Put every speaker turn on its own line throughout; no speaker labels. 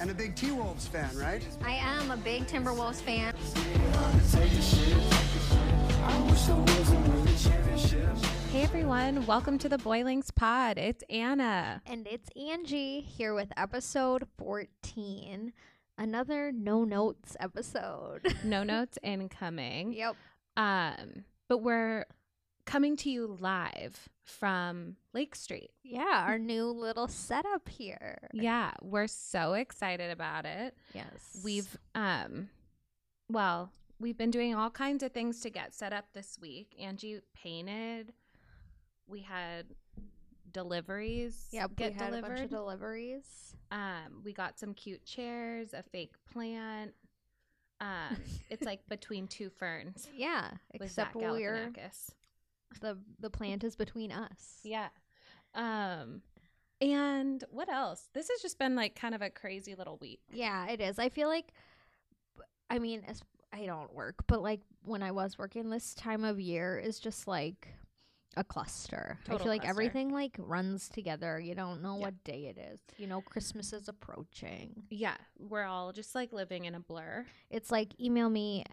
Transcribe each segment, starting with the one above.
And a big T Wolves fan, right?
I am a big Timberwolves fan.
Hey everyone, welcome to the Boilings Pod. It's Anna.
And it's Angie here with episode 14, another no notes episode.
No notes incoming.
yep.
Um, but we're coming to you live from Lake Street.
Yeah, our new little setup here.
Yeah, we're so excited about it.
Yes.
We've um well, we've been doing all kinds of things to get set up this week. Angie painted. We had deliveries
yep,
get
we had
delivered.
a bunch of deliveries.
Um, we got some cute chairs, a fake plant. Um, it's like between two ferns.
Yeah,
with
except
Zach
we're
Galifianakis.
the the plant is between us.
Yeah. Um, and what else? This has just been like kind of a crazy little week.
Yeah, it is. I feel like, I mean, as, I don't work, but like when I was working, this time of year is just like a cluster. I
Total
feel like
cluster.
everything like runs together. You don't know
Yeah.
what day it is. You know, Christmas is approaching.
Yeah, we're all just like living in a blur.
It's like email me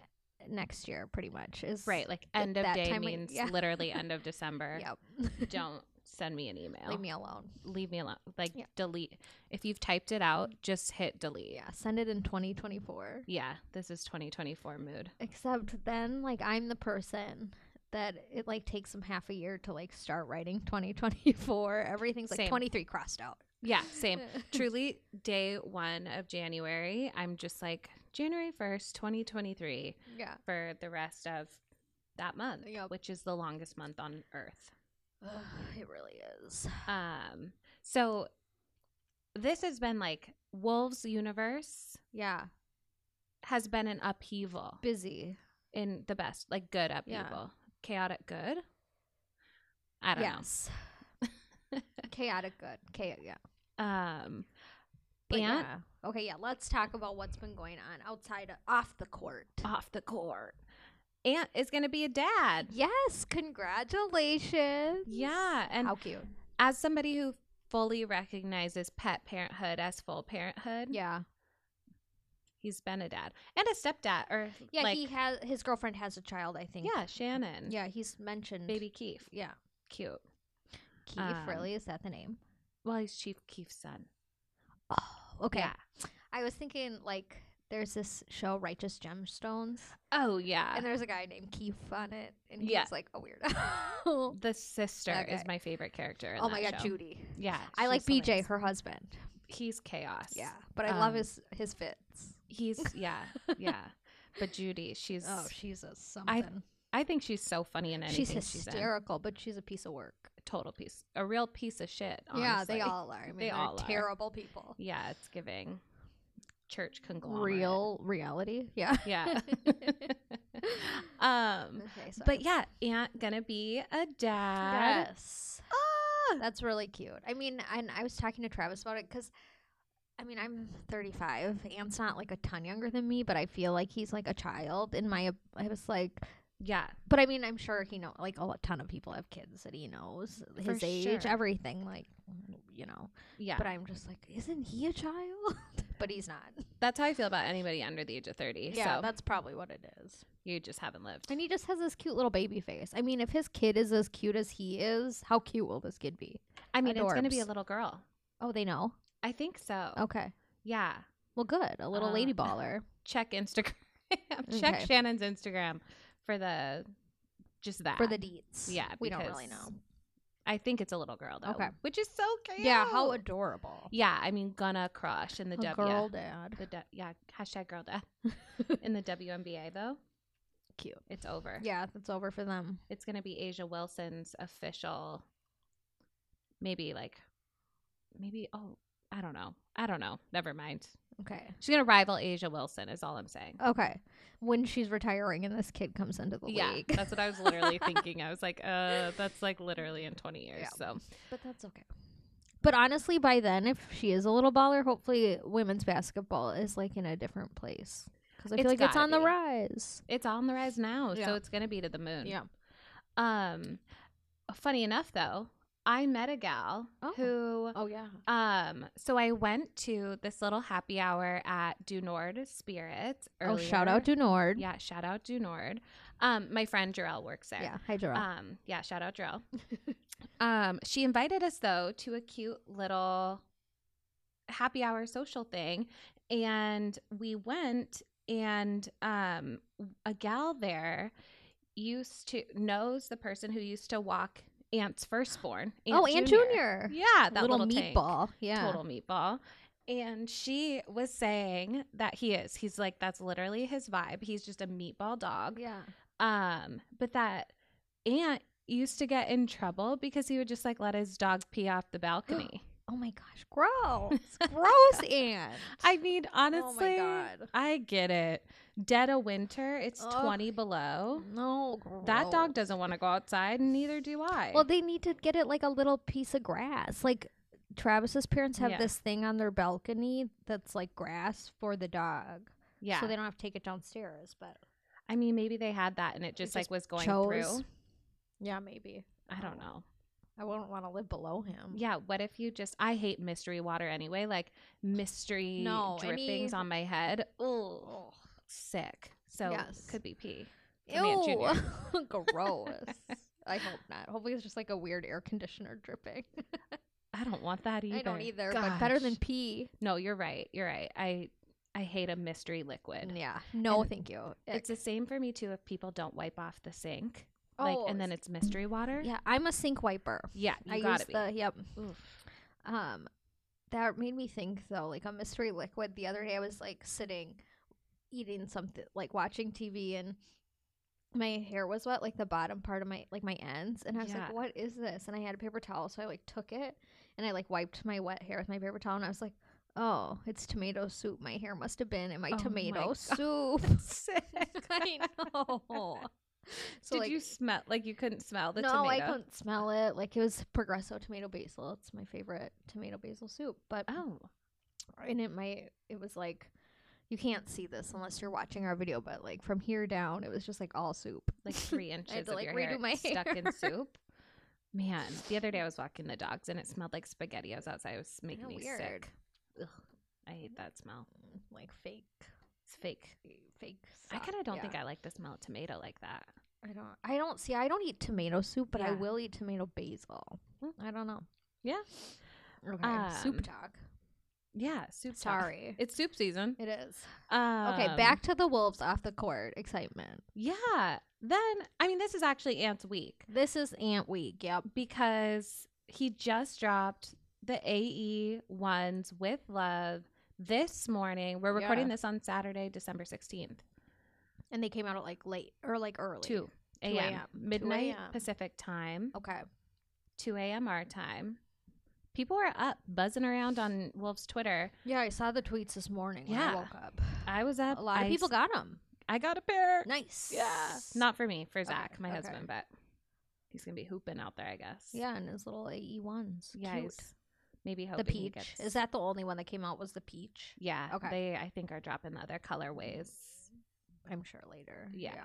next year, pretty much. Is
Right, like
Th-
end of
that
day
time of-
means
yeah.
literally end of December.
Yep.
Don't send me an email.
Leave me alone.
Leave me alone. Like
Yeah.
delete. If you've typed it out, just hit delete.
Yeah, send it in 2024.
yeah this is 2024 mood.
Except then, like, I'm the person that it like takes them half a year to like start writing 2024. Everything's like
Same.
23 crossed out.
Yeah, same.
Eh,
truly day one of January. I'm just like January 1st, 2023
yeah.
for the rest of that month,
Yep.
which is the longest month on earth.
it really is.
Um, so this has been like Wolves Universe
Yeah.
has been an upheaval
Busy.
in the best, like good upheaval, chaotic good. I don't
yes. Chaotic good. Chaotic, yeah.
know. Um,
But
and
yeah. Okay, yeah. Let's talk about what's been going on outside of, off the court.
off the court. Ant is going to be a dad.
Yes, congratulations.
Yeah, and
How cute.
as somebody who fully recognizes pet parenthood as full parenthood,
Yeah.
he's been a dad and a stepdad, or
Yeah,
like,
he has his girlfriend has a child, I think.
yeah, Shannon,
Yeah, he's mentioned
baby Keith,
Yeah.
cute.
Keith
Um,
really is that the name?
Well, he's Chief Keith's son.
Oh, okay.
Yeah.
I was thinking like there's this show Righteous Gemstones
Oh yeah,
and there's a guy named Keith on it and he's
Yeah.
like a weirdo.
the sister
That
is
guy.
my favorite character. in
oh my
that
god,
show.
Judy.
Yeah,
I like
she's
BJ,
hilarious.
her husband.
He's chaos.
Yeah, but I love
Um,
his his fits.
he's yeah, yeah. But Judy, she's
Oh, she's a
I think she's so funny in anything
she's
she's in.
hysterical, but she's a piece of work.
Total piece, a real piece of shit. Honestly.
Yeah, they all are. I mean,
They
they are
all are.
terrible people.
Yeah, it's giving church conglomerate.
Real reality. Yeah.
Yeah. um
Okay, so
but yeah, aunt gonna be a dad. Ah!
Yes. That's really cute. I mean, and I was talking to Travis about it because, I mean, I'm 35. Ant's not like a ton younger than me, but I feel like he's like a child in my. I was like,
Yeah.
but I mean, I'm sure he know like a ton of people have kids that he knows
For
his age,
sure.
everything like, you know.
Yeah.
But I'm just like, isn't he a child? but he's not.
that's how I feel about anybody under the age of thirty. so
that's probably what it is.
you just haven't lived.
And he just has this cute little baby face. I mean, if his kid is as cute as he is, how cute will this kid be?
I mean it's gonna be a
adorbs.
little girl.
Oh, they know.
I think so.
Okay.
Yeah.
Well, good. A little
Uh,
lady baller.
Check Instagram. Check
Okay.
Shannon's Instagram for the just that.
for the deets.
Yeah,
we don't really
because-
know.
I think it's a little girl though.
Okay.
Which is so cute.
adorable.
Yeah, I mean gonna crush in the
A
W.
girl dad.
The de- yeah, hashtag girl death. In the WNBA though,
Cute.
it's over.
Yeah, that's over for them.
It's gonna be Asia Wilson's official maybe like maybe oh I don't know. I don't know. Never mind.
Okay.
She's gonna rival Asia Wilson is all I'm saying.
Okay. When she's retiring and this kid comes into the
yeah.
league.
That's what I was literally thinking. I was like, uh that's like literally in twenty years.
Yeah.
So
But that's okay. But honestly, by then, if she is a little baller, hopefully women's basketball is like in a different place. Because I feel
It's
like it's
gotta
on the
be.
rise.
it's on the rise now,
Yeah.
so it's gonna be to the moon. Um funny enough though, I met a gal
Oh.
who
Oh yeah.
um so I went to this little happy hour at Du Nord Spirits
Oh, shout out
earlier.
to Nord.
Yeah, shout out Du Nord. Um my friend Jarell works there.
Yeah. Hi, Jarrell.
Um, yeah, shout out Drill. um, she invited us though to a cute little happy hour social thing, and we went. And um, a gal there used to knows the person who used to walk Ant's firstborn.
oh, and Junior.
Yeah, that
little,
little, tank.
meatball. Yeah.
Total meatball. And she was saying that he is. He's like that's literally his vibe. He's just a meatball dog.
Yeah.
Um, but that aunt used to get in trouble because he would just like let his dog pee off the balcony.
Oh my gosh, gross, gross, and
I mean, honestly,
Oh God.
I get it. Dead of winter, it's
Ugh.
20 below.
no,
That dog
gross.
doesn't want to go outside, and neither do I.
Well, they need to get it like a little piece of grass. Like Travis's parents have
Yeah.
this thing on their balcony that's like grass for the dog.
yeah.
So they don't have to take it downstairs, but
I mean, maybe they had that and it just like
just
was going
chose.
through.
Yeah, maybe.
I don't know.
I wouldn't want to live below him.
Yeah, what if you just I hate mystery water anyway, like mystery
No,
drippings
any-
on my head. Oh,
Ugh.
sick. So
Yes.
could be pee. From Aunt
Ew. gross. I hope not. Hopefully it's just like a weird air conditioner dripping.
I don't want that either.
I don't either, but better than
Gosh.
pee.
No, you're right. You're right. I I hate a mystery liquid.
Yeah. No,
And
thank you.
It's the same for me too if people don't wipe off the sink.
Oh,
Like and then it's mystery water.
Yeah, I'm a sink wiper.
Yeah, you
I
gotta
use
be.
the yep.
Oof.
Um, that made me think though, like a mystery liquid. The other day, I was like sitting, eating something, like watching TV, and my hair was wet, like the bottom part of my like my ends, and I was
Yeah.
like, "What is this?" And I had a paper towel, so I like took it and I like wiped my wet hair with my paper towel, and I was like. Oh, it's tomato soup. My hair must have been in my
Oh my
tomato
God.
soup.
Sick.
I know. So,
Did
like-
you smell like you couldn't smell the
no,
tomato?
I couldn't smell it. Like it was Progresso tomato basil. It's my favorite tomato basil soup. But
Oh.
and it my it was like you can't see this unless you're watching our video, but like from here down, it was just like all soup.
like three inches
to,
of
like,
your
redo
hair
my
stuck in
hair.
soup. Man, the other day I was walking the dogs and it smelled like spaghettios outside. It was making
Kinda
me
weird.
sick. Ugh, I hate that smell.
Mm, like fake,
It's fake.
fake.
I kind of don't think I like the smell of tomato like that.
I don't. I don't see. I don't eat tomato soup, but I
Yeah.
will eat tomato basil.
Mm.
I don't know.
Yeah.
Okay.
Um,
soup talk.
Yeah, soup. stuff.
Sorry.
it's soup season.
It is okay.
Um,
Back to the wolves off the court excitement.
Yeah. Then I mean, this is actually Ant's week
This is Ant Week. Yep.
because he just dropped the AE ones with love this morning. We're recording
Yeah.
this on Saturday, December sixteenth.
And they came out at like late or like early.
2
2
a.m.
a.m., 2
midnight
a.m..
Pacific time,
Okay.
2 a.m. our time. People were up buzzing around on Wolf's Twitter.
Yeah, I saw the tweets this morning when
Yeah.
I woke up.
I was up.
A lot of
I
people
s-
got them.
I got a pair.
Nice.
Yeah, not for me, for Zach, my
okay.
husband, but he's gonna be hooping out there, I guess.
Yeah, and his little AE ones.
yeah.
Cute.
he's Maybe hoping
The
he
peach.
gets-
Is that the only one that came out was the peach?
Yeah.
Okay.
They, I think, are dropping the other colorways.
I'm sure later.
Yeah.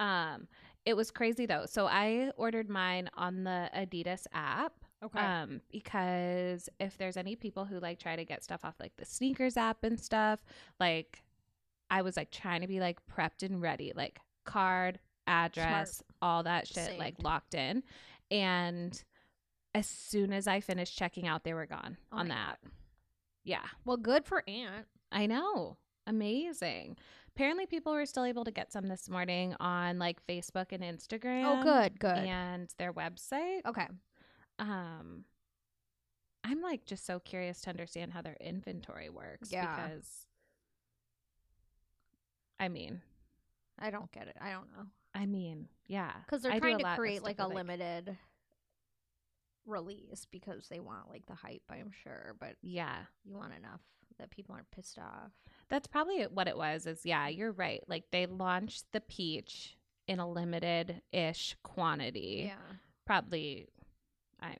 Um, it was crazy though. So I ordered mine on the Adidas app.
Okay.
Um, because if there's any people who like try to get stuff off like the sneakers app and stuff, like I was like trying to be like prepped and ready, like card, address, all that shit, like
Saved.
locked in. And as soon as I finished checking out, they were gone
Oh
on
my
the app. Yeah,
well, good for Aunt.
I know. Amazing. Apparently, people were still able to get some this morning on like Facebook and Instagram.
Oh, good, good.
And their website
okay.
um i'm like just so curious to understand how their inventory works
Yeah.
because i mean
I don't get it. I don't know.
i mean yeah
Because they're
I do
trying
a lot
to
of
create
stuff
like a
with,
limited release because they want like the hype, I'm sure. But
yeah
you want enough that people aren't pissed off.
that's probably what it was is yeah you're right like they launched the peach in a limited ish quantity probably i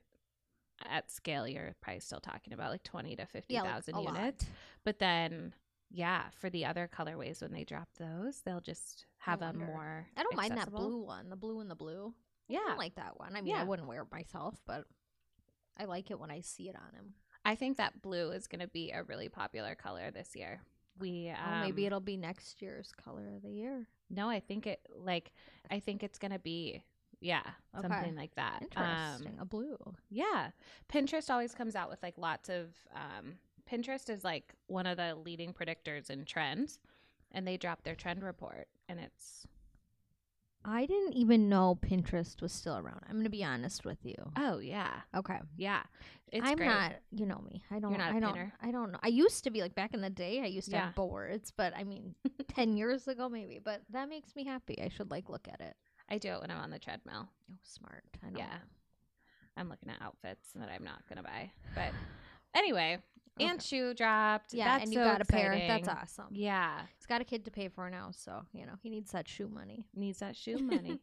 at scale you're probably still talking about like 20 to
Yeah.
50000
like, a lot.
units But then, yeah, for the other colorways, when they drop those, they'll just
I
have a
wonder.
more.
I don't mind that
accessible-
blue one, the blue and the blue. I
Yeah.
don't like that one. I mean,
Yeah.
I wouldn't wear it myself, but I like it when I see it on him.
I think that blue is going to be a really popular color this year. We um,
or Oh, maybe it'll be next year's color of the year.
no, I think it like I think it's going to be yeah
Okay.
something like that.
Interesting.
Um,
a blue.
yeah, Pinterest always comes out with like lots of um, Pinterest is like one of the leading predictors in trends, and they drop their trend report, and it's
I didn't even know Pinterest was still around. I'm gonna be honest with you.
oh yeah
Okay.
yeah it's
I'm
great.
not, you know me. I don't.
not a
I don't.
pinner.
I don't know. I used to be like back in the day. I used to
Yeah.
have boards, but I mean, ten years ago maybe. But that makes me happy. I should like look at it.
I do it when I'm on the treadmill.
Oh, smart. I know.
Yeah. I'm looking at outfits that I'm not gonna buy, but anyway,
Okay.
and shoe dropped.
Yeah,
That's
and you
so
got a pair. That's
exciting.
awesome.
Yeah,
He's got a kid to pay for now, so you know he needs that shoe money.
needs that shoe money.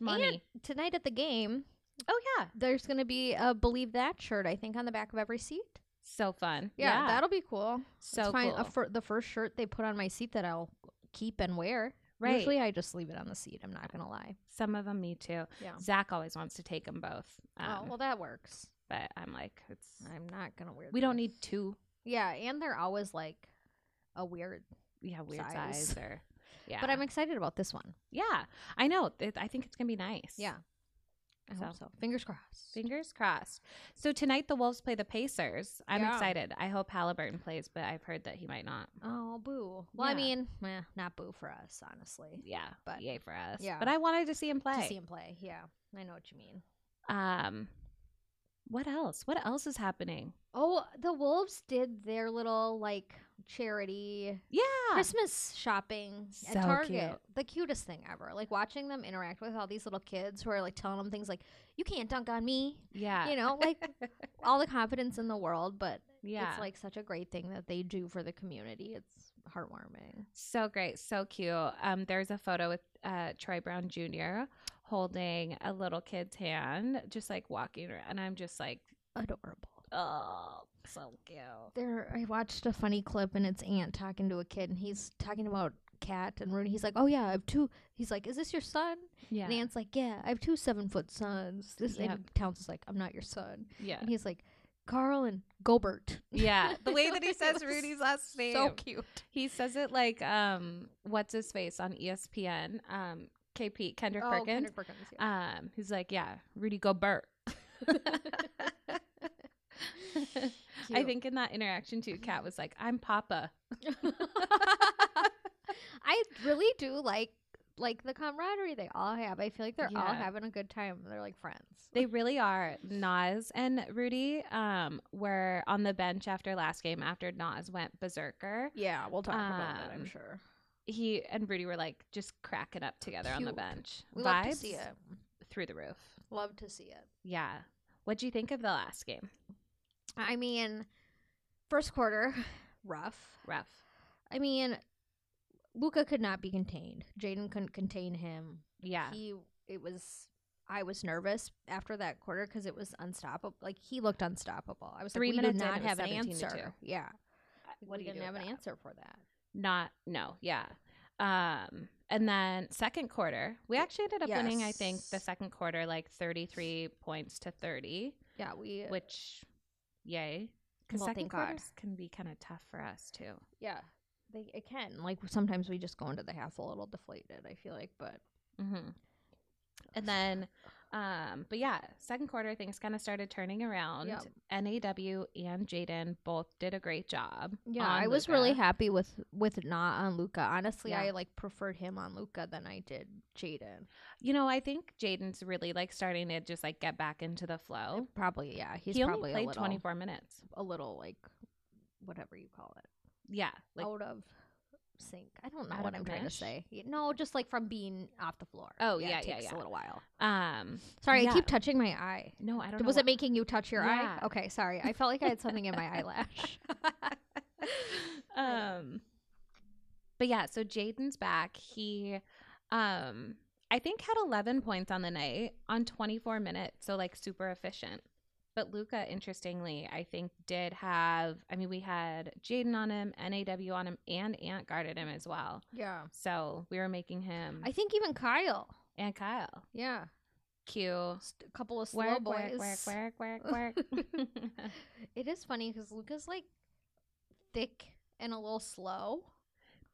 money.
Tonight at the game,
Oh yeah,
there's gonna be a believe that shirt. I think on the back of every seat.
so fun.
Yeah, that'll be cool.
so
it's fine.
cool.
A fir- the first shirt they put on my seat that I'll keep and wear.
right.
Usually I just leave it on the seat. I'm not gonna lie.
Some of them, me too.
Yeah.
Zach always wants to take them both. Um,
oh well, that works.
but I'm like, it's
I'm not gonna wear.
we don't
them.
need two.
Yeah, and they're always like a weird.
Yeah, weird size,
Size.
or yeah.
But I'm excited about this one.
yeah, I know. It, I think it's gonna be nice.
Yeah, I hope
So.
so. Fingers crossed.
Fingers crossed. So tonight the Wolves play the Pacers. I'm
Yeah.
excited. I hope Halliburton plays, but I've heard that he might not.
oh boo. Well, I
Yeah.
mean, eh, not boo for us, honestly.
Yeah, but
But-
yay for us.
yeah.
but I wanted to see him play.
To see him play. Yeah, I know what you mean.
Um, what else? What else is happening?
Oh, the wolves did their little like charity
Yeah,
Christmas shopping
So
at Target.
cute.
The cutest thing ever. Like watching them interact with all these little kids who are like telling them things like, "You can't dunk on me,"
yeah,
you know, like all the confidence in the world, but
yeah.
it's like such a great thing that they do for the community. It's heartwarming.
so great, so cute. Um, there's a photo with uh Troy Brown Jr. holding a little kid's hand, just like walking around, and I'm just like,
Adorable.
oh, so cute.
There I watched a funny clip and it's Aunt talking to a kid and he's talking about Cat and Rooney. He's like, Oh yeah, I have two he's like, Is this your son?
Yeah,
And Aunt's like, Yeah, I have two seven foot sons. This and Towns is like, I'm not your son.
yeah,
And he's like, Carl and Gobert.
yeah. The way that he
It
says
was
Rudy's last name,
So cute.
He says it like um what's his face on E ESPN um KP Kendrick Perkins.
Kendrick Oh, Perkins, yeah.
Um he's like, yeah, Rudy Gobert. I
Cute.
think in that interaction too, Kat was like, I'm Papa.
I really do like like the camaraderie they all have. I feel like they're all
Yeah.
having a good time. They're like friends.
They really are. Nas and Rudy um were on the bench after last game after Nas went berserker.
yeah, we'll talk about that.
Um,
I'm sure.
He and Rudy were like just cracking up together on the
Cute.
bench.
We
Vibes
love to see it.
through the roof.
Love to see it.
Yeah. What'd you think of the last game?
I mean, first quarter, rough.
Rough.
I mean, Luca could not be contained. Jaden couldn't contain him.
Yeah.
He it was. I was nervous after that quarter because it was unstoppable. Like he looked unstoppable. I was
Three
like, we did
minutes in,
not
it was
have an
17 to
answer. Yeah,
What do
we
you
didn't
do
have
with
an
that?
answer for that.
Not no, yeah. Um and then second quarter, we actually ended up winning I think the
Yes.
second quarter like 33 points to 30,
Yeah, we
which yay. Cuz
Well,
second
thank God.
quarters can be kind of tough for us too.
yeah they it can like sometimes we just go into the half a little deflated i feel like but
Mhm. And then um but yeah, second quarter things kind of started turning around.
Yep.
NAW and Jaden both did a great job.
yeah
on
i was really
Luka.
happy with with not on luca honestly
Yeah.
i like preferred him on luca than i did jaden
You know, I think Jaden's really like starting to just like get back into the flow.
probably yeah he's
he only
probably
played
a little
24 minutes.
a little like whatever you call it
Yeah, like
out of sync i don't know
Out
what
of
i'm trying to
mesh?
say Y- no just like from being off the floor
Oh, yeah,
it
yeah,
takes
yeah.
a little while
Um,
sorry
Yeah.
i keep touching my eye
no, I don't. know
was it
why-
making you touch your
Yeah.
eye okay sorry i felt like i had something in my eyelash
um, but yeah, so Jaden's back. He, um, I think had 11 points on the night on 24 minutes, so like super efficient. But Luca, interestingly, I think did have. I mean, we had Jaden on him, Naw on him, and Ant guarded him as well.
yeah
So we were making him
i think even kyle
and Kyle.
Yeah.
Q.
Just a couple of slow
Work,
boys.
work, work, work, work, work.
It is funny because Luca's like thick and a little slow.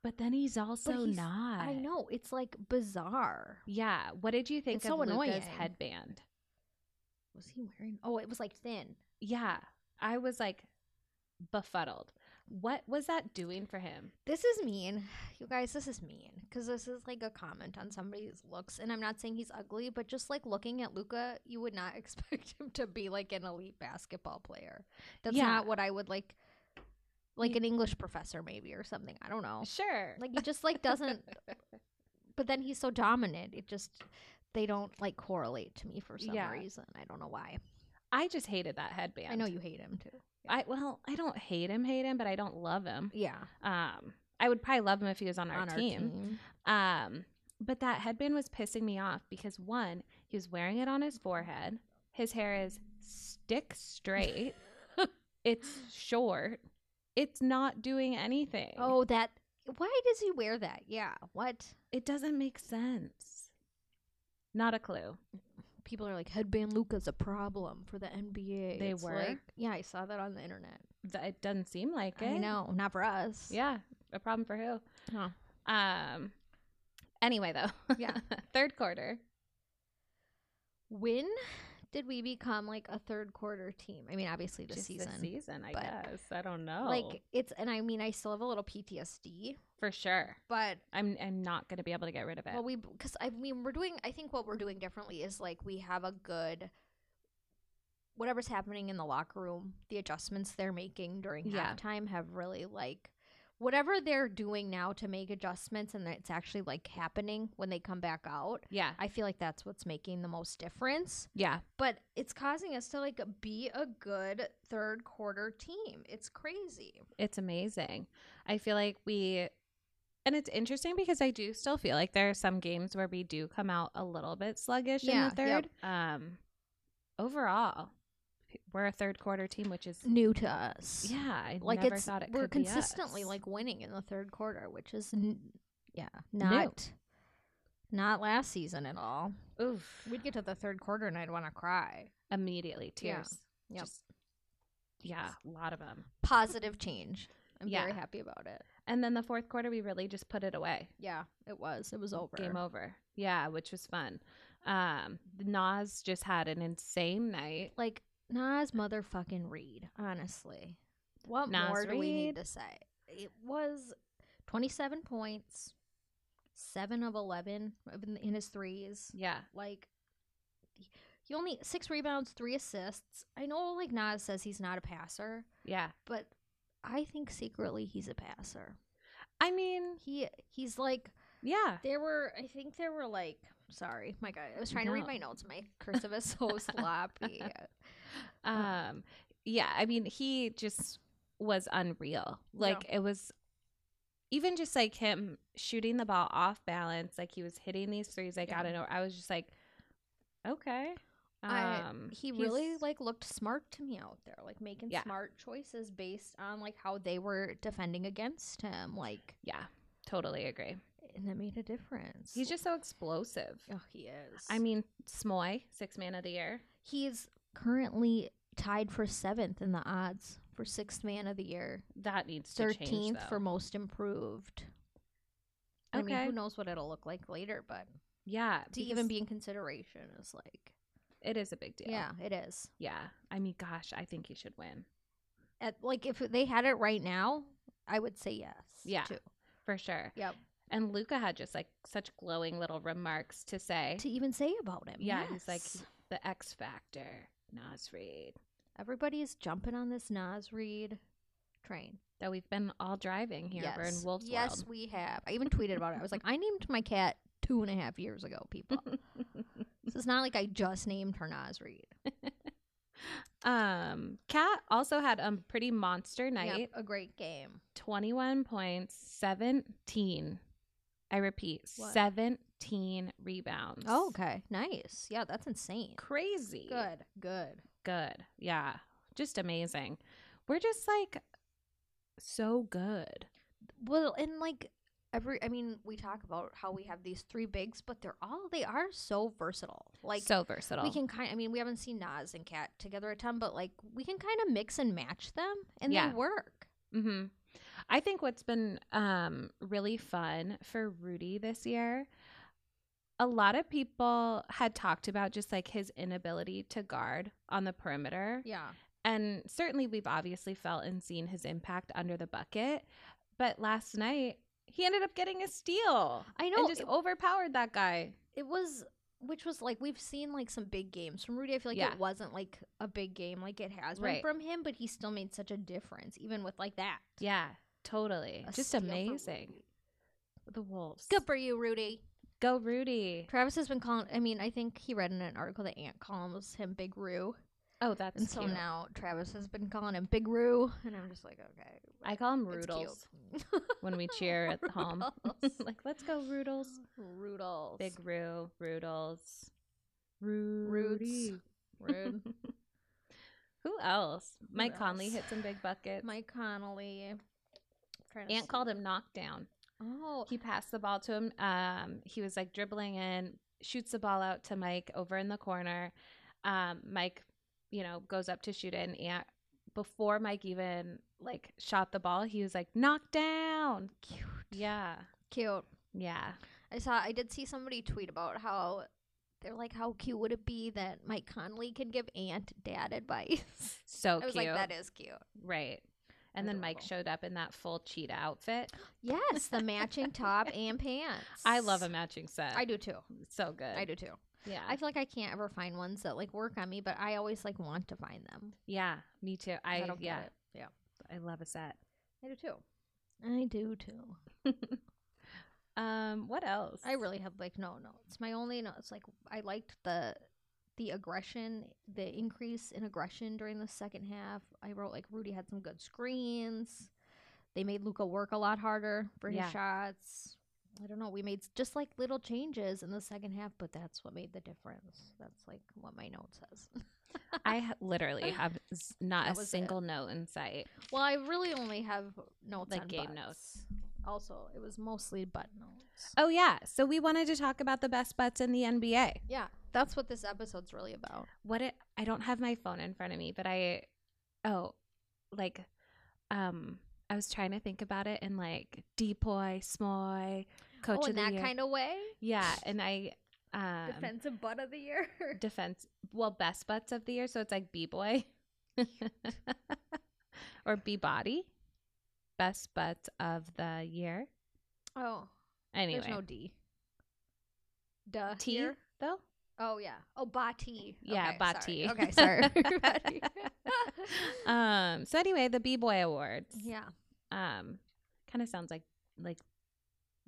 but then he's also
he's-
not.
I know it's like bizarre.
Yeah. What did you think
It's
of
so
Luca's
annoying.
headband?
Was he wearing? Oh, it was like thin.
Yeah. I was like befuddled. What was that doing for him?
This is mean, you guys. This is mean because this is like a comment on somebody's looks, and I'm not saying he's ugly, but just like looking at Luca, you would not expect him to be like an elite basketball player. That's
Yeah.
not what I would like, like an English professor maybe or something. I don't know.
Sure.
Like he just like doesn't. but then he's so dominant, it just they don't like correlate to me for some
Yeah.
reason. I don't know why.
I just hated that headband.
I know you hate him too.
I well, I don't hate him, hate him, but I don't love him.
Yeah,
Um, I would probably love him if he was on our,
on
team. Um, but that headband was pissing me off because one, he was wearing it on his forehead. His hair is stick straight. it's short. It's not doing anything.
Oh, that. Why does he wear that? Yeah. What?
it doesn't make sense. Not a clue.
People are like headband Luca's a problem for the NBA.
They
It's
were?
Like, yeah, I saw that on the internet.
Th- It doesn't seem like it.
I know, not for us.
Yeah, a problem for who?
Huh.
Um. Anyway, though.
Yeah.
Third quarter.
When did we become like a third quarter team? I mean, obviously this
Just Oh.
season.
This season, I
but,
guess. I don't know.
Like it's, and I mean, I still have a little PTSD,
for sure.
but
I'm I'm not gonna be able to get rid of it.
Well, we because I mean we're doing. I think what we're doing differently is like we have a good whatever's happening in the locker room. The adjustments they're making during
Yeah.
halftime have really like whatever they're doing now to make adjustments, and that it's actually like happening when they come back out.
yeah.
I feel like that's what's making the most difference.
Yeah.
But it's causing us to like be a good third quarter team. It's crazy.
It's amazing. I feel like we and it's interesting because I do still feel like there are some games where we do come out a little bit sluggish in
Yeah,
the
yep.
third. Um overall, we're a third quarter team, which is
New to us.
yeah, I
like
never
it's
thought it
we're
could be
consistently
us.
like winning in the third quarter, which is n- yeah not not last season at all.
oof
We'd get to the third quarter and I'd want to cry.
immediately
Yeah.
tears.
Yep.
Just- yeah, a lot of them.
Positive change. I'm very
Yeah.
happy about it.
And then the fourth quarter, we really just put it away.
Yeah, it was. It was over.
Game over. Yeah, which was fun. Um, Nas just had an insane night.
Like Nas motherfucking Reed. Honestly, what
Nas
more do we
Reed.
need to say? It was 27 points, seven of 11 in- in his threes.
Yeah,
Like he only six rebounds, three assists. I know like Nas says he's not a passer,
yeah.
but I think secretly he's a passer.
I mean,
He he's like
yeah.
there were I think there were like sorry, my God, I was trying to
No.
read my notes. My cursive is so sloppy. Mm.
Um, yeah. I mean, he just was unreal. Like it was, even just like him shooting the ball off balance. Like he was hitting these threes. Like
Yeah.
I don't know. I was just like, okay.
I-
Um,
He
he's-
really like looked smart to me out there, like making
Yeah.
smart choices based on like how they were defending against him, like
yeah. Totally agree.
and it made a difference.
He's just so explosive.
oh he is.
I mean, Smoy, six man of the year.
He's currently tied for seventh in the odds for sixth man of the year,
That needs to change.
thirteenth
though.
for most improved. I mean,
Okay.
who knows what it'll look like later, but
yeah,
to even be in consideration is like,
it is a big deal.
yeah, it is.
yeah. I mean, gosh, I think he should win
At, like if they had it right now, I would say yes.
Yeah.
too.
for sure.
yep.
And Luca had just like such glowing little remarks to say.
To even say about him,
yeah, he's like
yes.
the X Factor, Nas Reed,
everybody is jumping on this Nas Reed train.
that we've been all driving here. We're in Wolf's
yes,
World.
we have. I even tweeted about it. I was like, I named my cat two and a half years ago. People, So it's not like I just named her Nas Reed.
um, Kat also had a pretty monster night.
a great game.
21 points, 17. I repeat,
What?
17 rebounds.
Oh, okay. Nice. Yeah, that's insane.
Crazy.
Good. Good.
Good. Yeah. Just amazing. We're just like so good.
Well, and like every I mean, we talk about how we have these three bigs, but they're all they are so versatile. Like
so versatile.
we can kind I mean, we haven't seen Nas and Cat together a ton, but like we can kind of mix and match them and
Yeah.
they work.
hmm I think what's been um, really fun for Rudy this year, a lot of people had talked about just like his inability to guard on the perimeter.
Yeah.
And certainly we've obviously felt and seen his impact under the bucket. But last night, he ended up getting a steal
I know
and just
it,
overpowered that guy.
it was which was like we've seen like some big games from Rudy. I feel like
Yeah.
it wasn't like a big game like it has been
Right.
from him, but he still made such a difference even with like that.
Yeah, totally.
A
just
steal for
amazing.
Rudy.
The Wolves.
Good for you, Rudy.
Go, Rudy.
Travis has been calling. I mean, I think he read in an article that Ant calls him Big Roo,
Oh, that's
and so
cute.
now Travis has been calling him Big Roo, and I'm just like, okay,
I call him
it's
Rudels.
cute.
when we cheer at home.
Roodles.
like, let's go, Roodles.
Rudels,
Big Roo, Roodles.
Roots. Rude.
Who else? Mike Conley
else?
hit some big buckets.
Mike Connolly. Trying to
Aunt
see-
called him knockdown.
Oh,
He passed the ball to him. Um, he was like dribbling in, shoots the ball out to Mike over in the corner. Um, Mike, you know, goes up to shoot it, and Aunt, before Mike even like shot the ball, he was like knocked down.
cute.
Yeah,
cute.
yeah.
I saw. I did see somebody tweet about how they're like, how cute would it be that Mike Connolly can give Aunt dad advice?
So
I was
cute.
like, that is cute.
Right. And then Mike
Adorable.
showed up in that full cheetah outfit.
Yes, the matching top and pants.
I love a matching set.
I do too.
So good.
I do too.
Yeah.
I feel like I can't ever find ones that like work on me, but I always like want to find them.
yeah. Me too. I,
don't get
yeah.
it. Yeah.
I love a set.
I do too. I do too.
Um. What else?
I really have like no notes. My only notes like I liked the the aggression, the increase in aggression during the second half. I wrote like Rudy had some good screens. They made Luca work a lot harder for
Yeah.
his shots. I don't know. We made s- just like little changes in the second half, but that's what made the difference. That's like what my note says.
I ha- literally have s- not
That
a
was it.
single note in sight.
Well, I really only have notes
Like
on
game
butts.
notes.
Also, it was mostly butt notes.
Oh yeah. So we wanted to talk about the best butts in the NBA.
Yeah, that's what this episode's really about.
What it? I don't have my phone in front of me, but I. Oh, like, um. I was trying to think about it and like Depoy, Smoy, Coach
oh,
of
in
the
that
Year.
kind of way,
Yeah, and I um, defense.
defensive butt of the year.
well best butts of the year, so it's like b boy or b body, best butts of the year.
oh,
Anyway,
there's no D. Duh.
T
here?
though.
Oh yeah. Oh, bati.
Yeah,
okay, sorry.
bati.
Okay, sorry. everybody.
Um. So anyway, the b boy awards.
yeah.
Um. Kind of sounds like like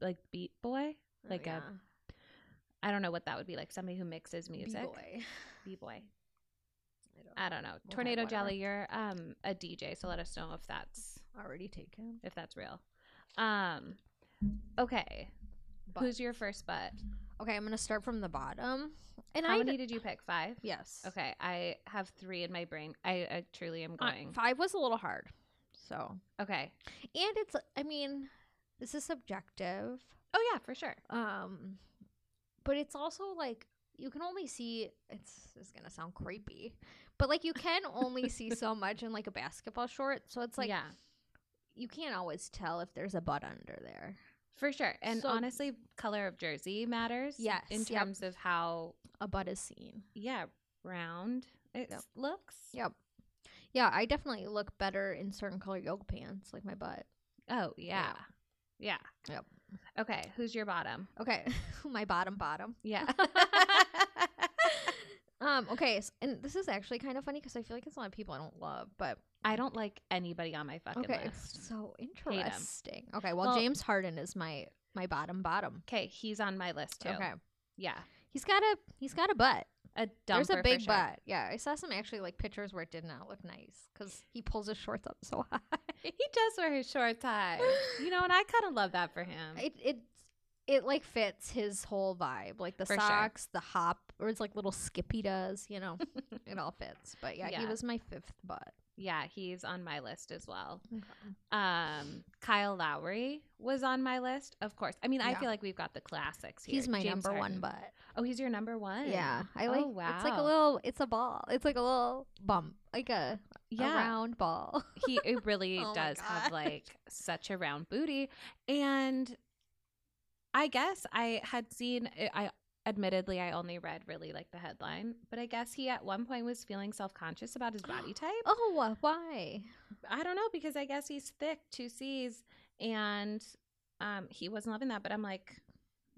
like beat boy.
Oh,
Like a
yeah.
I don't know what that would be like. Somebody who mixes music.
B-boy.
B boy.
I don't
I don't know.
Okay,
Tornado
whatever.
Jelly, you're um a DJ, so let us know if that's
already taken.
if that's real. Um okay.
But
Who's your first butt?
okay? I'm gonna start from the bottom. And
How
I
many did you pick? Five?
yes.
Okay. I have three in my brain. I, I truly am
Uh,
going.
five was a little hard. So
okay.
and it's i mean this is subjective
Oh yeah, for sure.
um but it's also like you can only see it's it's gonna sound creepy but like you can only see so much in like a basketball short so it's like
yeah.
you can't always tell if there's a butt under there
For sure. And
So-
honestly, color of jersey matters.
Yes,
In
yep.
terms of how
a butt is seen
yeah, round it
Yep.
looks.
yep yeah i definitely look better in certain color yoga pants like my butt
Oh yeah. Yeah.
Yep.
Okay. Who's your bottom?
okay my bottom bottom
Yeah.
um okay s and this is actually kind of funny because i feel like it's a lot of people i don't love but
I don't like anybody on my fucking
Okay,
list.
so
him.
interesting. Okay, well,
Well-
James Harden is my my bottom bottom.
Okay, he's on my list too.
Okay,
Yeah.
he's got a he's got a butt.
A dumper.
There's a
for
big
sure.
butt. Yeah, I saw some actually like pictures where it did not look nice because he pulls his shorts up so high.
He does wear his short tie. You know, and I kind of love that for him.
it it it like fits his whole vibe, like the
For sure.
socks, the hop, or it's like little skip he does. You know, it all fits. But yeah, he
Yeah.
was my fifth butt.
Yeah, he's on my list as well. Um, Kyle Lowry was on my list, of course. I mean, I
Yeah.
feel like we've got the classics here.
He's my
James
number one
Harden.
butt.
Oh, he's your number one.
Yeah, I
Oh,
like. It's like a
wow.
little. It's a ball. It's like a little bump, like a, a
yeah.
round ball.
he it really
Oh my
does have
gosh.
like such a round booty and i guess i had seen I- i admittedly i only read really like the headline but i guess he at one point was feeling self-conscious about his body type
Oh, why?
i don't know because i guess he's thick two c's and um he wasn't loving that but i'm like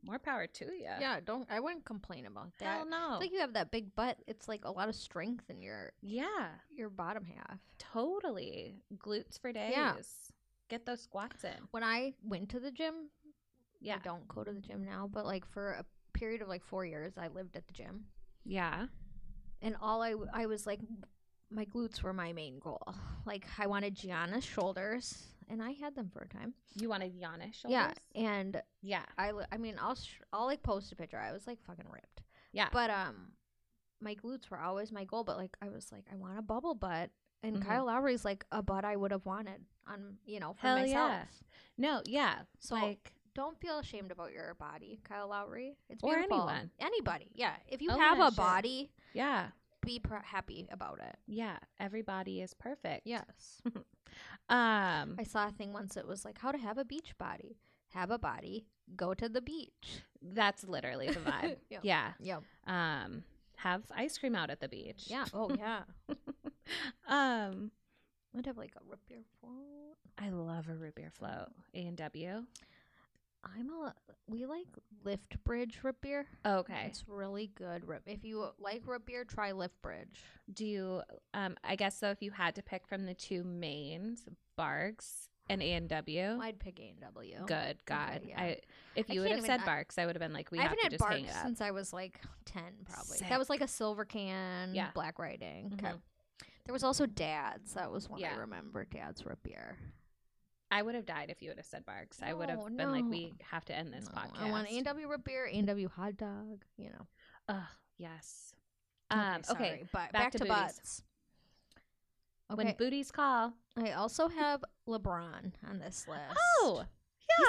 more power to you
Yeah, don't. I wouldn't complain about that.
hell no
It's like you have that big butt. It's like a lot of strength in your
yeah
your bottom half.
totally glutes for days
Yeah.
get those squats in
When I went to the gym, I
yeah
don't go to the gym now, but like for a period of like four years, I lived at the gym,
yeah
and all I w- I was like, my glutes were my main goal. Like I wanted Gianna's shoulders, and I had them for a time.
you want to Giannis shoulders
Yeah, and
yeah
I li- I mean I'll sh- I'll like post a picture. I was like fucking ripped,
Yeah.
but um, my glutes were always my goal. But like I was like I want a bubble butt, and
Mhm.
Kyle Lowry's like a butt I would have wanted on you know for
Hell
myself.
yeah. no, yeah.
So
like
don't feel ashamed about your body, Kyle Lowry. It's
Or
beautiful.
anyone.
anybody. Yeah, if you
Own
have
that
a
shit.
body,
yeah.
be pr- happy about it.
Yeah, everybody is perfect.
Yes,
Um
I saw a thing once. It was like how to have a beach body. Have a body. Go to the beach.
that's literally the vibe.
Yeah.
yeah.
Yeah.
Um have ice cream out at the beach.
Yeah. Oh yeah.
Um
I'd have like a root beer float.
I love a root beer float. A and W.
I'm a we like Lift Bridge root beer.
Okay.
It's really good root. If you like root beer, try Lift Bridge.
Do you um I guess though if you had to pick from the two mains, Barks and A and W.
I'd pick A and W.
Oh. Good God.
yeah.
I if
I
you would
can't
have
even-
said
I-
Barks, I would have been like, we
I
have
haven't
to
had
just hang
Barks
it up.
since I was like ten, probably. That was like a silver can,
Yeah.
black writing. 'Kay.
Mhm.
There was also Dad's. That was one
Yeah.
I remember. Dad's root beer.
I would have died if you would have said Barks. I would have
No,
been like,
no.
we have to end this
No,
podcast.
Oh, I want A and W root beer, A and W hot dog. You know.
Ugh, yes. Um, okay,
sorry, but back,
back
to,
to booties.
butts.
when
Okay.
booties call.
I also have LeBron on this list.
Oh, yeah.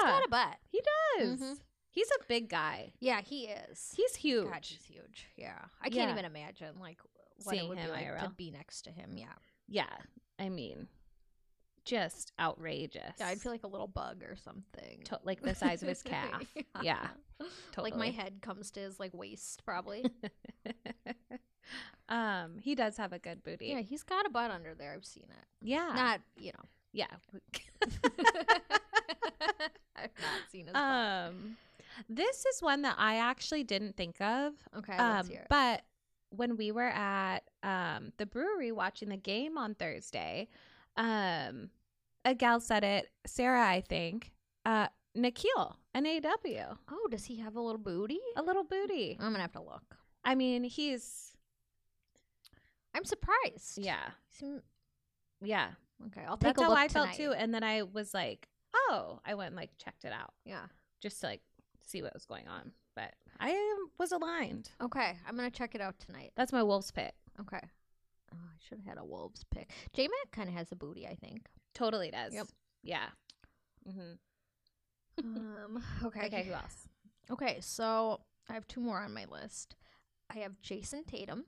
he's got a butt.
he does.
Mhm.
He's a big guy.
Yeah, he is.
He's huge.
God, he's huge. Yeah, I
Yeah.
can't even imagine like what
Seeing
it would
him
be like to
IRL.
be next to him. Yeah,
Yeah, I mean, just outrageous.
yeah, I'd feel like a little bug or something.
To- like the size of his calf. yeah.
Like my
totally.
head comes to his like waist, probably.
um, he does have a good booty.
yeah, he's got a butt under there. I've seen it.
yeah.
Not you know.
yeah.
I've not seen his butt.
Um, this is one that I actually didn't think of.
Okay,
Um,
let's hear it.
but when we were at um, the brewery watching the game on Thursday, um, a gal said it, Sarah, I think, uh, Nikhil, N A W,
Oh, does he have a little booty?
a little booty.
I'm gonna have to look.
I mean, he's,
I'm surprised.
yeah,
Seem-
yeah.
Okay, I'll take
That's
a
how
look
I felt
tonight.
too. And then I was like, oh, I went and like checked it out
Yeah.
just to like see what was going on. But I um, was aligned.
Okay, I'm gonna check it out tonight.
That's my wolf's pit.
Okay. Oh, I should have had a Wolves pick. J Mac kind of has a booty, I think.
Totally does.
Yep.
Yeah. hmm
um, okay.
Okay, who else?
Okay, so I have two more on my list. I have Jason Tatum.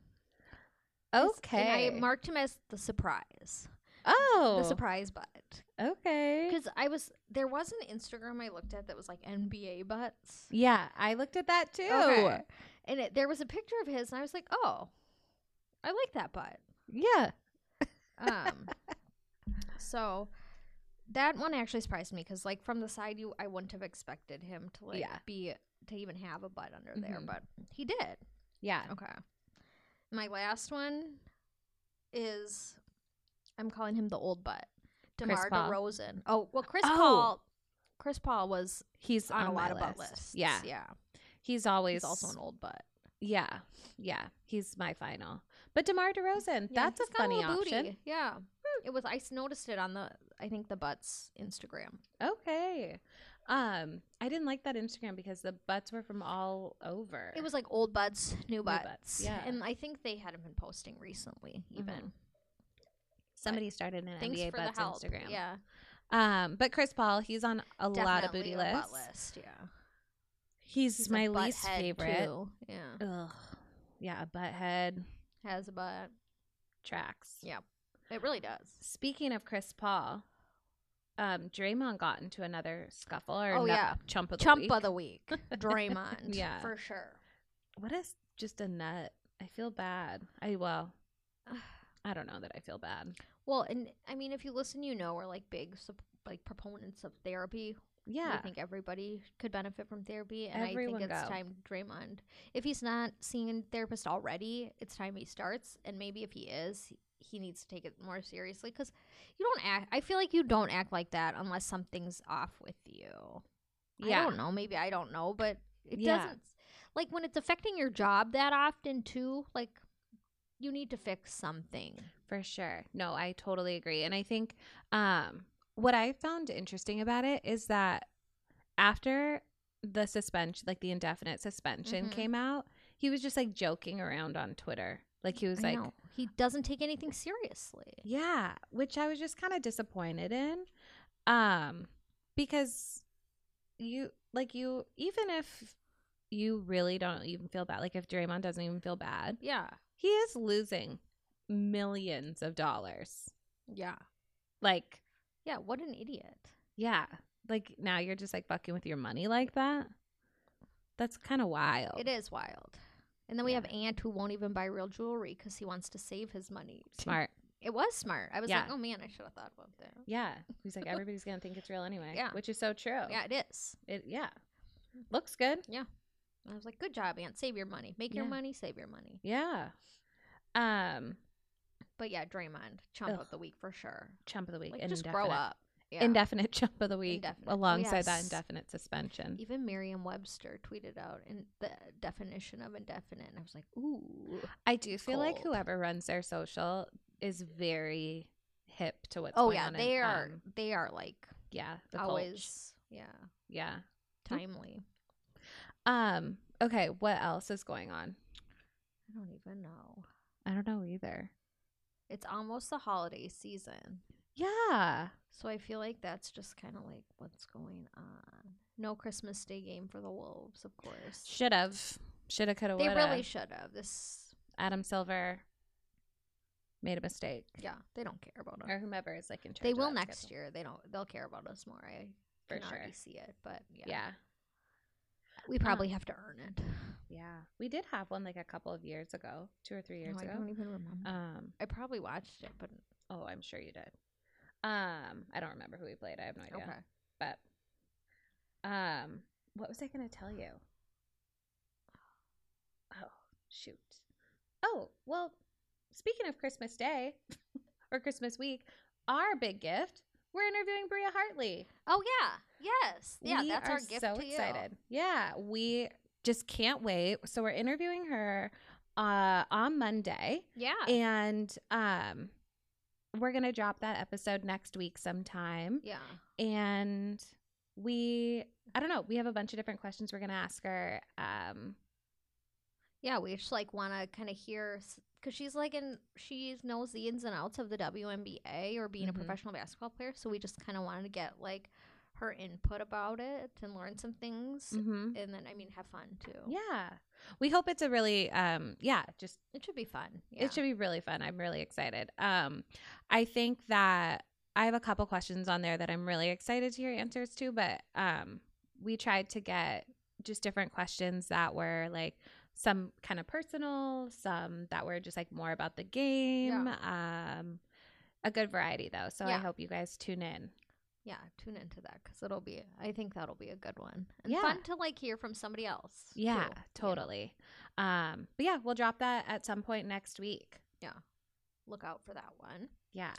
This- And I marked him as the surprise.
oh.
The surprise butt.
Okay.
Because I was, there was an Instagram I looked at that was like NBA butts.
Yeah, I looked at that too.
Okay. And it, there was a picture of his, and I was like, oh, I like that butt.
Yeah.
Um, so that one actually surprised me because, like, from the side, you I wouldn't have expected him to like
Yeah.
be to even have a butt under there,
Mhm.
but he did.
Yeah.
Okay. My last one is I'm calling him the old butt,
Chris
Demar
Paul.
Derozan. Oh well, Chris
Oh.
Paul. Chris Paul was
He's
on,
on,
a lot
my
of butt
list.
lists.
Yeah.
yeah.
He's always
He's also an old butt.
Yeah. Yeah. He's my final. But DeMar
Yeah,
DeRozan, that's a
he's got
funny
little
option.
booty. Yeah. It was. I s- noticed it on the. I think the butts Instagram.
Okay. Um, I didn't like that Instagram because the butts were from all over.
It was like old butts, new,
butts,
butts.
yeah. Mm-hmm.
And I think they hadn't been posting recently, even.
Somebody started an
Thanks
NBA
for the
Buds
help.
Instagram.
Yeah,
Um, but Chris Paul, he's on a lot of
definitely
booty
a butt
lists.
list, Yeah,
He's,
He's a
my
butt
least
head,
favorite.
too. Yeah,
Ugh. Yeah, a butthead
has a butt.
tracks.
Yeah, it really does.
Speaking of Chris Paul, um, Draymond got into another scuffle or
Oh,
no-
yeah.
chump of the
Chump
week.
of the week, Draymond.
Yeah.
for sure.
what is just a nut? I feel bad. I well, I don't know that I feel bad.
Well, and I mean, if you listen, you know we're like big, sup- like proponents of therapy. I
Yeah,
think everybody could benefit from therapy, and
Everyone
I think it's
go.
time Draymond. If he's not seeing a therapist already, it's time he starts. And maybe if he is, he- he needs to take it more seriously because you don't act. I feel like you don't act like that unless something's off with you.
Yeah.
I don't know. Maybe I don't know, but it
Yeah.
doesn't. Like when it's affecting your job that often too. Like you need to fix something.
for sure. No, I totally agree. And I think um, what I found interesting about it is that after the suspension, like the indefinite suspension,
Mhm.
came out, he was just like joking around on Twitter. Like he was
I
like,
know. he doesn't take anything seriously.
Yeah, which I was just kind of disappointed in. Um because you like you even if you really don't even feel bad, like if Draymond doesn't even feel bad,
Yeah.
he is losing millions of dollars.
Yeah.
Like,
Yeah. What an idiot.
yeah, like now you're just like fucking with your money like that. That's kind of wild.
It is wild. And then we have Ant who won't even buy real jewelry because he wants to save his money. to-
Smart.
It was smart. I was like,
Yeah.
oh man, I should have thought about that.
Yeah. He's like everybody's going to think it's real anyway,
Yeah.
which is so true.
Yeah, it is.
It yeah. Looks good.
And I was like, good job, Ant. Save your money. Make your
Yeah.
money, save your money.
Yeah. Um
But yeah, Draymond, chump
Ugh.
of the week for sure.
chump of the week.
Like, just grow
indefinite-
up. Yeah.
Indefinite chump of the week
Indefinite. We
alongside
have
that
s-
indefinite suspension.
Even Merriam Webster tweeted out in the definition of indefinite. And I was like, ooh.
I do feel like
cold.
whoever runs their social is very hip to what's
Oh
going
yeah,
on. in,
they are
um,
they are like
yeah, the culture.
always yeah.
Yeah.
Timely.
Um. Okay. What else is going on?
I don't even know.
I don't know either.
It's almost the holiday season.
Yeah.
So I feel like that's just kind of like what's going on. No Christmas Day game for the Wolves, of course.
Should have. Should have. Could have.
they
would have.
really should have. This,
Adam Silver made a mistake,
yeah, they don't care about us.
or whomever is like in charge.
They
of
will
that
next
schedule.
year. They don't. They'll care about us more. I
for
can
sure.
already see it. But yeah,
yeah.
we probably have to earn it.
Yeah, we did have one like a couple of years ago, two or three years
No, Oh, I
ago.
don't e-, even remember.
Um,
I probably watched it, but
oh, I'm sure you did. Um, I don't remember who we played. I have no idea.
okay.
But, um, what was I going to tell you? Oh, shoot. Oh, well, speaking of Christmas Day or Christmas week, our big gift. We're interviewing Bria Hartley.
Oh yeah, yes, yeah.
We
that's
are
our gift
so
to you.
excited. Yeah, we just can't wait. So we're interviewing her uh, on Monday.
Yeah,
and um we're gonna drop that episode next week sometime
yeah.
and we i don't know we have a bunch of different questions we're gonna ask her um
Yeah, we just like want to kind of hear because she's like in she knows the ins and outs of the WNBA or being
Mhm.
a professional basketball player. So we just kind of wanted to get like her input about it and learn some things, and then I mean have fun too.
Mm-hmm. yeah we hope it's a really um yeah just
it should be fun. Yeah.
it should be really fun i'm really excited um i think that i have a couple questions on there that i'm really excited to hear answers to but um we tried to get just different questions that were like some kind of personal some that were just like more about the game um a good variety though so i
Yeah.
hope you guys tune in
yeah, tune into that because it'll be. I think that'll be a good one and
Yeah.
fun to like hear from somebody else.
yeah
too.
totally um but yeah we'll drop that at some point next week
Look out for that one.
yeah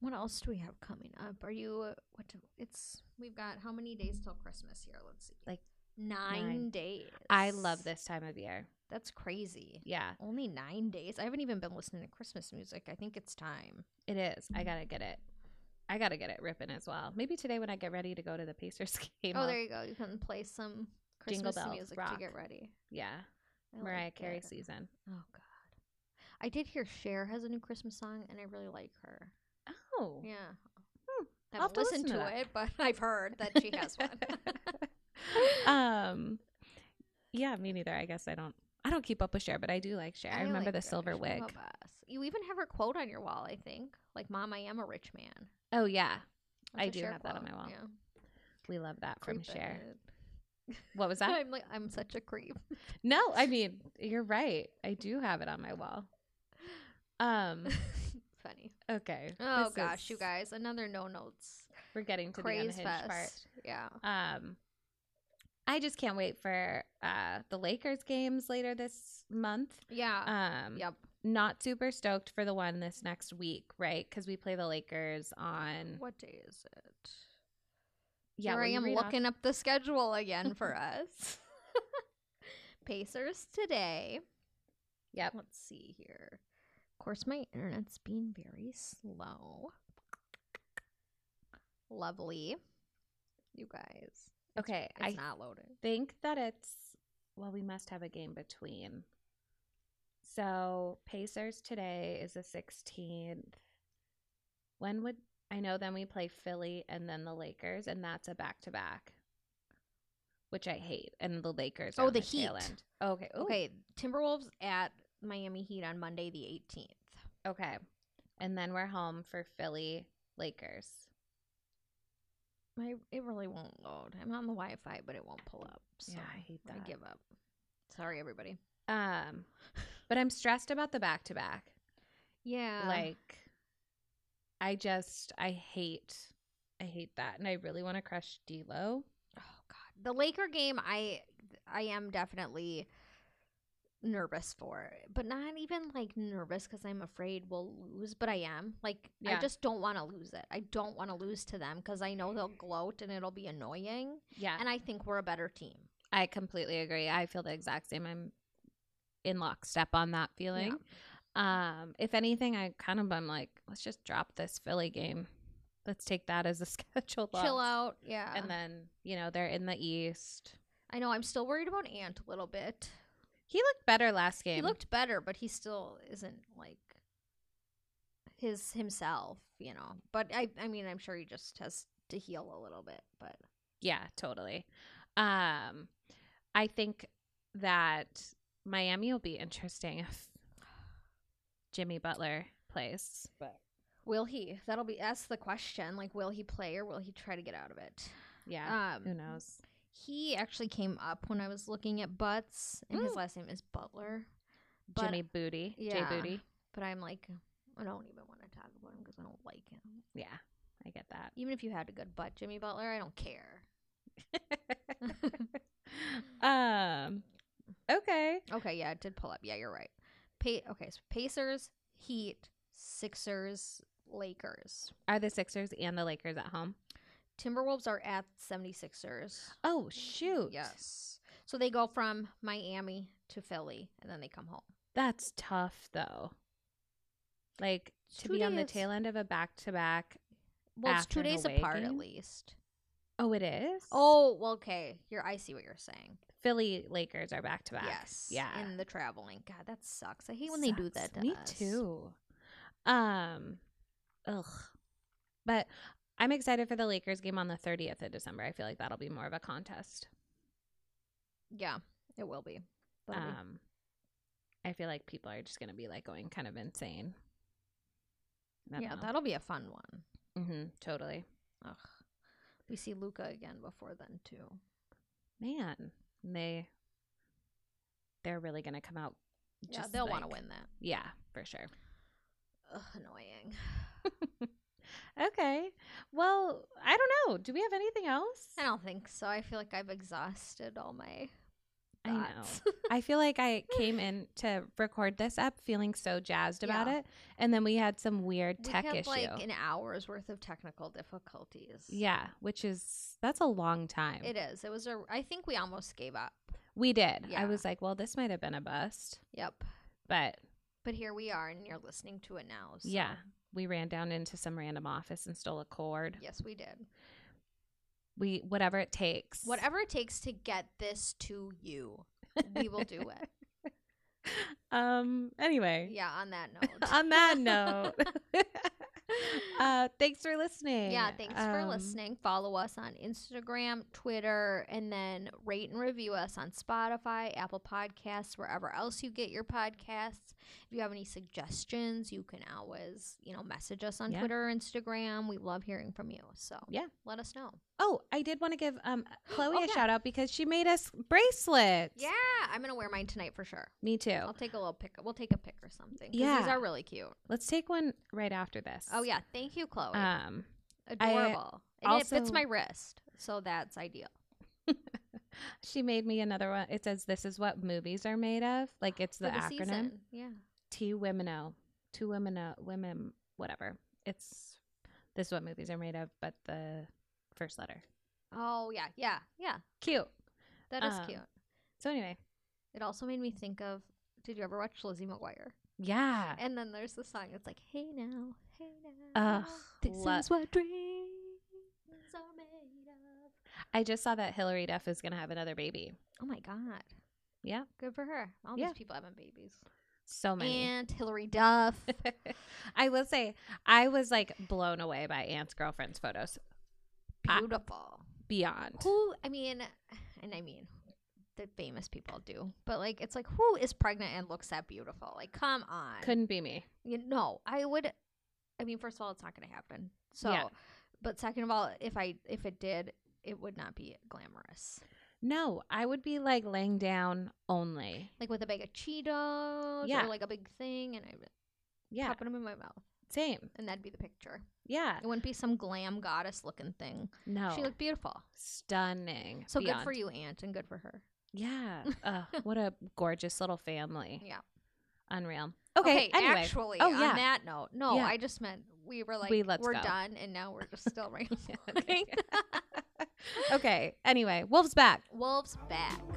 What else do we have coming up? Are you uh, what? Do, it's we've got how many days till Christmas here? Let's see,
Like,
nine,
nine.
days.
i love this time of year
That's crazy.
yeah
Only nine days. I haven't even been listening to Christmas music. I think it's time.
It is. I gotta get it. I gotta get it ripping as well. Maybe today when I get ready to go to the Pacers game.
Oh,
I'll-
there you go. You can play some
Jingle
Christmas
bells,
music to
rock.
get ready.
yeah,
I
Mariah
like
Carey
that.
season.
Oh God, I did hear Cher has a new Christmas song, and I really like her.
Oh, Oh.
Yeah.
Hmm.
I
I'll have
haven't
to listen
listened to,
to that.
it, but I've heard that she has one.
um yeah me neither i guess i don't i don't keep up with Cher, but i do like Cher. i, remember
like
the
her.
silver
She's
wig
a boss. You even have her quote on your wall, I think. Like, Mom, I am a rich man.
oh yeah
That's
I
a
do
Cher
have that on my wall.
Yeah.
we love that from
Creep
Cher.
it.
what was that
I'm like, I'm such a creep.
no i mean you're right i do have it on my wall um
Funny.
okay
Oh
this
gosh, you
is-
guys, another no notes
we're getting to
craze
the unhinged
fest.
part
Yeah.
Um, I just can't wait for uh, the Lakers games later this month.
Yeah.
Um,
yep.
Not super stoked for the one this next week, right? Because we play the Lakers on.
What day is it?
Yeah,
Here
will
I
you
am
read off-
looking up the schedule again for us. Pacers today.
Yep.
Let's see here. Of course, my internet's being very slow. Lovely. You guys.
Okay,
It's
I
not loaded.
think that it's. Well, we must have a game between. So Pacers today is the sixteenth. When would I know? Then we play Philly and then the Lakers, and that's a back to back, which I hate. And the Lakers. Are
Oh,
on
the
tail
Heat.
end. Okay. ooh,
Okay. Timberwolves at Miami Heat on Monday, the 18th.
Okay. And then we're home for Philly Lakers.
My, it really won't load. I'm on the Wi Fi, but it won't pull up. So
I hate
I give up. Sorry, everybody.
Um, but I'm stressed about the back to back.
Yeah.
Like, I just I hate, I hate that, and I really want to crush D'Lo.
Oh god. The Laker game I I am definitely nervous for. But not even like nervous cuz I'm afraid we'll lose, but I am. Like
Yeah.
I just don't want to lose it. I don't want to lose to them cuz I know they'll gloat and it'll be annoying
Yeah,
and I think we're a better team.
I completely agree. I feel the exact same. I'm in lockstep on that feeling. Um, if anything, I kind of I'm like, let's just drop this Philly game. Let's take that as a schedule.
Chill out. Yeah.
and then you know they're in the East.
I know I'm still worried about Ant a little bit.
He looked better last game.
He looked better, but he still isn't like his himself, you know. But I I mean, I'm sure he just has to heal a little bit, but
yeah, totally. Um, I think that Miami will be interesting if Jimmy Butler plays. But
Will he? That'll be that's the question. Like, will he play or will he try to get out of it?
yeah,
Um,
who knows?
He actually came up when I was looking at Butts, and his
Mm.
last name is Butler. But,
Jimmy Booty,
yeah.
Jay Booty.
but I'm like, I don't even want to talk about him because I don't like him.
Yeah, I get that.
Even if you had a good butt, Jimmy Butler, I don't care.
um, okay.
Okay, yeah, it did pull up. Yeah, you're right. Pa- okay, so Pacers, Heat, Sixers, Lakers.
Are the Sixers and the Lakers at home?
Timberwolves are at 76ers.
Oh shoot!
Yes. So they go from Miami to Philly and then they come home.
that's tough though. Like
It's
to
two
be on the
days.
tail end of a back to back.
Well, it's two
After an
days
away
apart at
game?
least.
Oh, it is.
Oh, well, okay. You're, I see what you're saying.
Philly Lakers are back to back.
Yes.
Yeah.
In the traveling. God, that sucks. I hate when they do
Sucks.
that to
Me
us.
too. Um, ugh. But I'm excited for the Lakers game on the 30th of December. I feel like that'll be more of a contest.
Yeah, it will be. That'll be-
Um, I feel like people are just going to be like going kind of insane.
yeah, that'll be a fun one.
mm-hmm, totally.
Ugh. We see Luca again before then, too.
Man, and they they're really going to come out.
yeah,
just,
they'll want to
like-
win that.
Yeah, for sure.
Ugh, annoying.
Okay. Well, I don't know. Do we have anything else?
I don't think so. I feel like I've exhausted all my
I know.
thoughts.
I feel like I came in to record this up feeling so jazzed about
Yeah.
it, and then we had some weird
we
tech
had
issue.
like an hour's worth of technical difficulties.
yeah, which is that's a long time.
It is. It was a. I think we almost gave up.
We did. I
Yeah.
was like, well, this might have been a bust,
Yep.
but
But here we are, and you're listening to it now. So.
yeah, we ran down into some random office and stole a cord.
Yes, we did.
We whatever it takes.
Whatever it takes to get this to you, we will do it.
Um. Anyway.
Yeah. On that note.
On that note. uh, thanks for listening.
Yeah, thanks for
Um,
listening. Follow us on Instagram, Twitter, and then rate and review us on Spotify, Apple Podcasts, wherever else you get your podcasts. If you have any suggestions, you can always, you know, message us on
Yeah.
Twitter or Instagram. We love hearing from you. So
Yeah.
let us know.
Oh, I did want to give um, Chloe
Oh,
a
yeah.
shout out because she made us bracelets.
Yeah, I'm gonna wear mine tonight for sure.
Me too.
I'll take a little pic. We'll take a pic or something. 'cause these
Oh. Yeah.
are really cute.
Let's take one right after this.
Oh yeah, thank you, Chloe.
Um,
Adorable. and it fits
also-
my wrist, so that's ideal.
she made me another one. It says this is what movies are made of. Like it's
for
the, acronym
season. Yeah.
T women O. Two women O women whatever. It's this is what movies are made of, but the first letter.
Oh yeah, yeah, yeah.
Cute.
That is
Um,
cute.
So anyway.
It also made me think of. Did you ever watch Lizzie McGuire?
Yeah.
And then there's the song. It's like, hey now, hey now,
Ugh,
this
lo-
is what dreams are made of.
I just saw that Hillary Duff is gonna have another baby.
Oh my god.
Yeah.
Good for her. All
Yeah.
these people having babies.
So many.
And Hillary Duff.
I will say I was like blown away by Aunt's girlfriend's photos. I-
Beautiful.
Beyond.
who i mean and i mean the famous people do but like it's like who is pregnant and looks that beautiful like come on
Couldn't be me.
you know i would i mean first of all it's not going to happen so
Yeah.
but second of all if i if it did it would not be glamorous
No, I would be like laying down only.
like with a bag of cheetos
Yeah.
or like a big thing and i
Yeah.
popping them in my mouth
Same.
and that'd be the picture
Yeah.
it wouldn't be some glam goddess looking thing
No.
she looked beautiful
stunning.
so good for
Oh. Beyond.
you aunt and good for her
Yeah. Ugh, what a gorgeous little family.
Yeah.
Unreal. Okay. anyway,
actually,
Oh,
on
yeah.
that note, no,
Yeah.
I just meant we were like we
We- let's
are
go.
done, and now we're just still right.
okay. okay. Anyway, Wolf's back.
Wolves back.